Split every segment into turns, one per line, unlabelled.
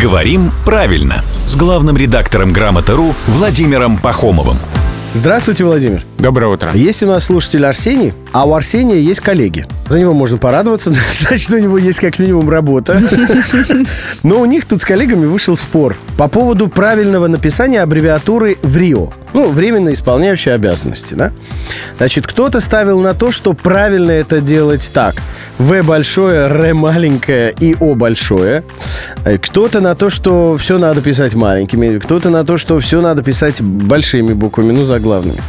«Говорим правильно» с главным редактором «Грамоты.ру» Владимиром Пахомовым.
Здравствуйте, Владимир.
Доброе утро.
Есть у нас слушатель Арсений, а у Арсения есть коллеги. За него можно порадоваться, значит, у него есть как минимум работа. Но у них тут с коллегами вышел спор по поводу правильного написания аббревиатуры в РИО. Ну, временно исполняющий обязанности, да? Значит, кто-то ставил на то, что правильно это делать так. В большое, Р маленькое и О большое. Э, Кто-то на то, что все надо писать маленькими, кто-то на то, что все надо писать большими буквами, ну, заглавными.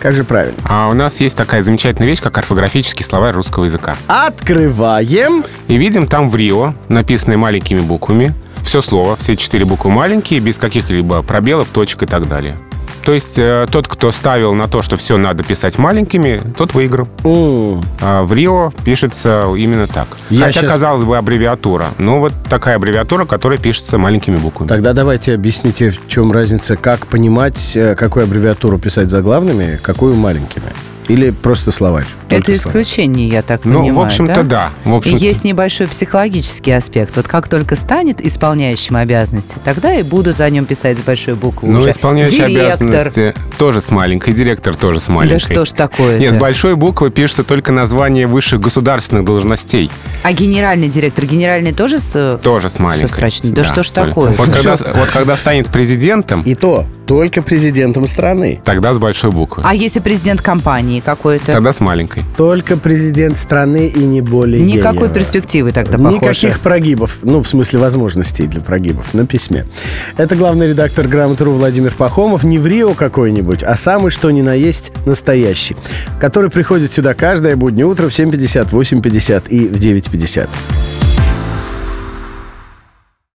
Как же правильно?
А у нас есть такая замечательная вещь, как орфографический словарь русского языка.
Открываем.
И видим там в Рио, написанное маленькими буквами, все слово, все четыре буквы маленькие, без каких-либо пробелов, точек и так далее. То есть э, тот, кто ставил на то, что все надо писать маленькими, тот выиграл.
О,
А в Рио пишется именно так.
Я
Хотя,
щас-
казалось бы, аббревиатура. Но вот такая аббревиатура, которая пишется маленькими буквами.
Тогда давайте объясните, в чем разница, как понимать, э, какую аббревиатуру писать заглавными, какую маленькими. Или просто словарь. только
Это
словарь.
исключение, я так
Ну,
понимаю,
в общем-то, да. В
И
общем
есть небольшой психологический аспект. Вот как только станет исполняющим обязанности, тогда и будут о нем писать с большой буквы
Ну,
уже.
исполняющий
Директор.
обязанности тоже с маленькой, директор тоже с маленькой.
Да что ж такое
Нет, с большой буквы пишется только название высших государственных должностей.
А генеральный директор, генеральный тоже с... э,
Тоже с маленькой.
Со страчной. Да что ж
только.
такое?
Вот
Ну,
когда,
что-
вот когда станет президентом,
И то только президентом страны.
тогда с большой буквы.
А если президент компании какой-то?
Тогда с маленькой.
Только президент страны и не более.
Никакой перспективы тогда, похоже.
Никаких прогибов, ну, в смысле возможностей для прогибов на письме. Это главный редактор «Грамотру» Владимир Пахомов. Не в Рио какой-нибудь, а самый что ни на есть настоящий, который приходит сюда каждое буднее утро в 7.50, 8.50 и в 9.50.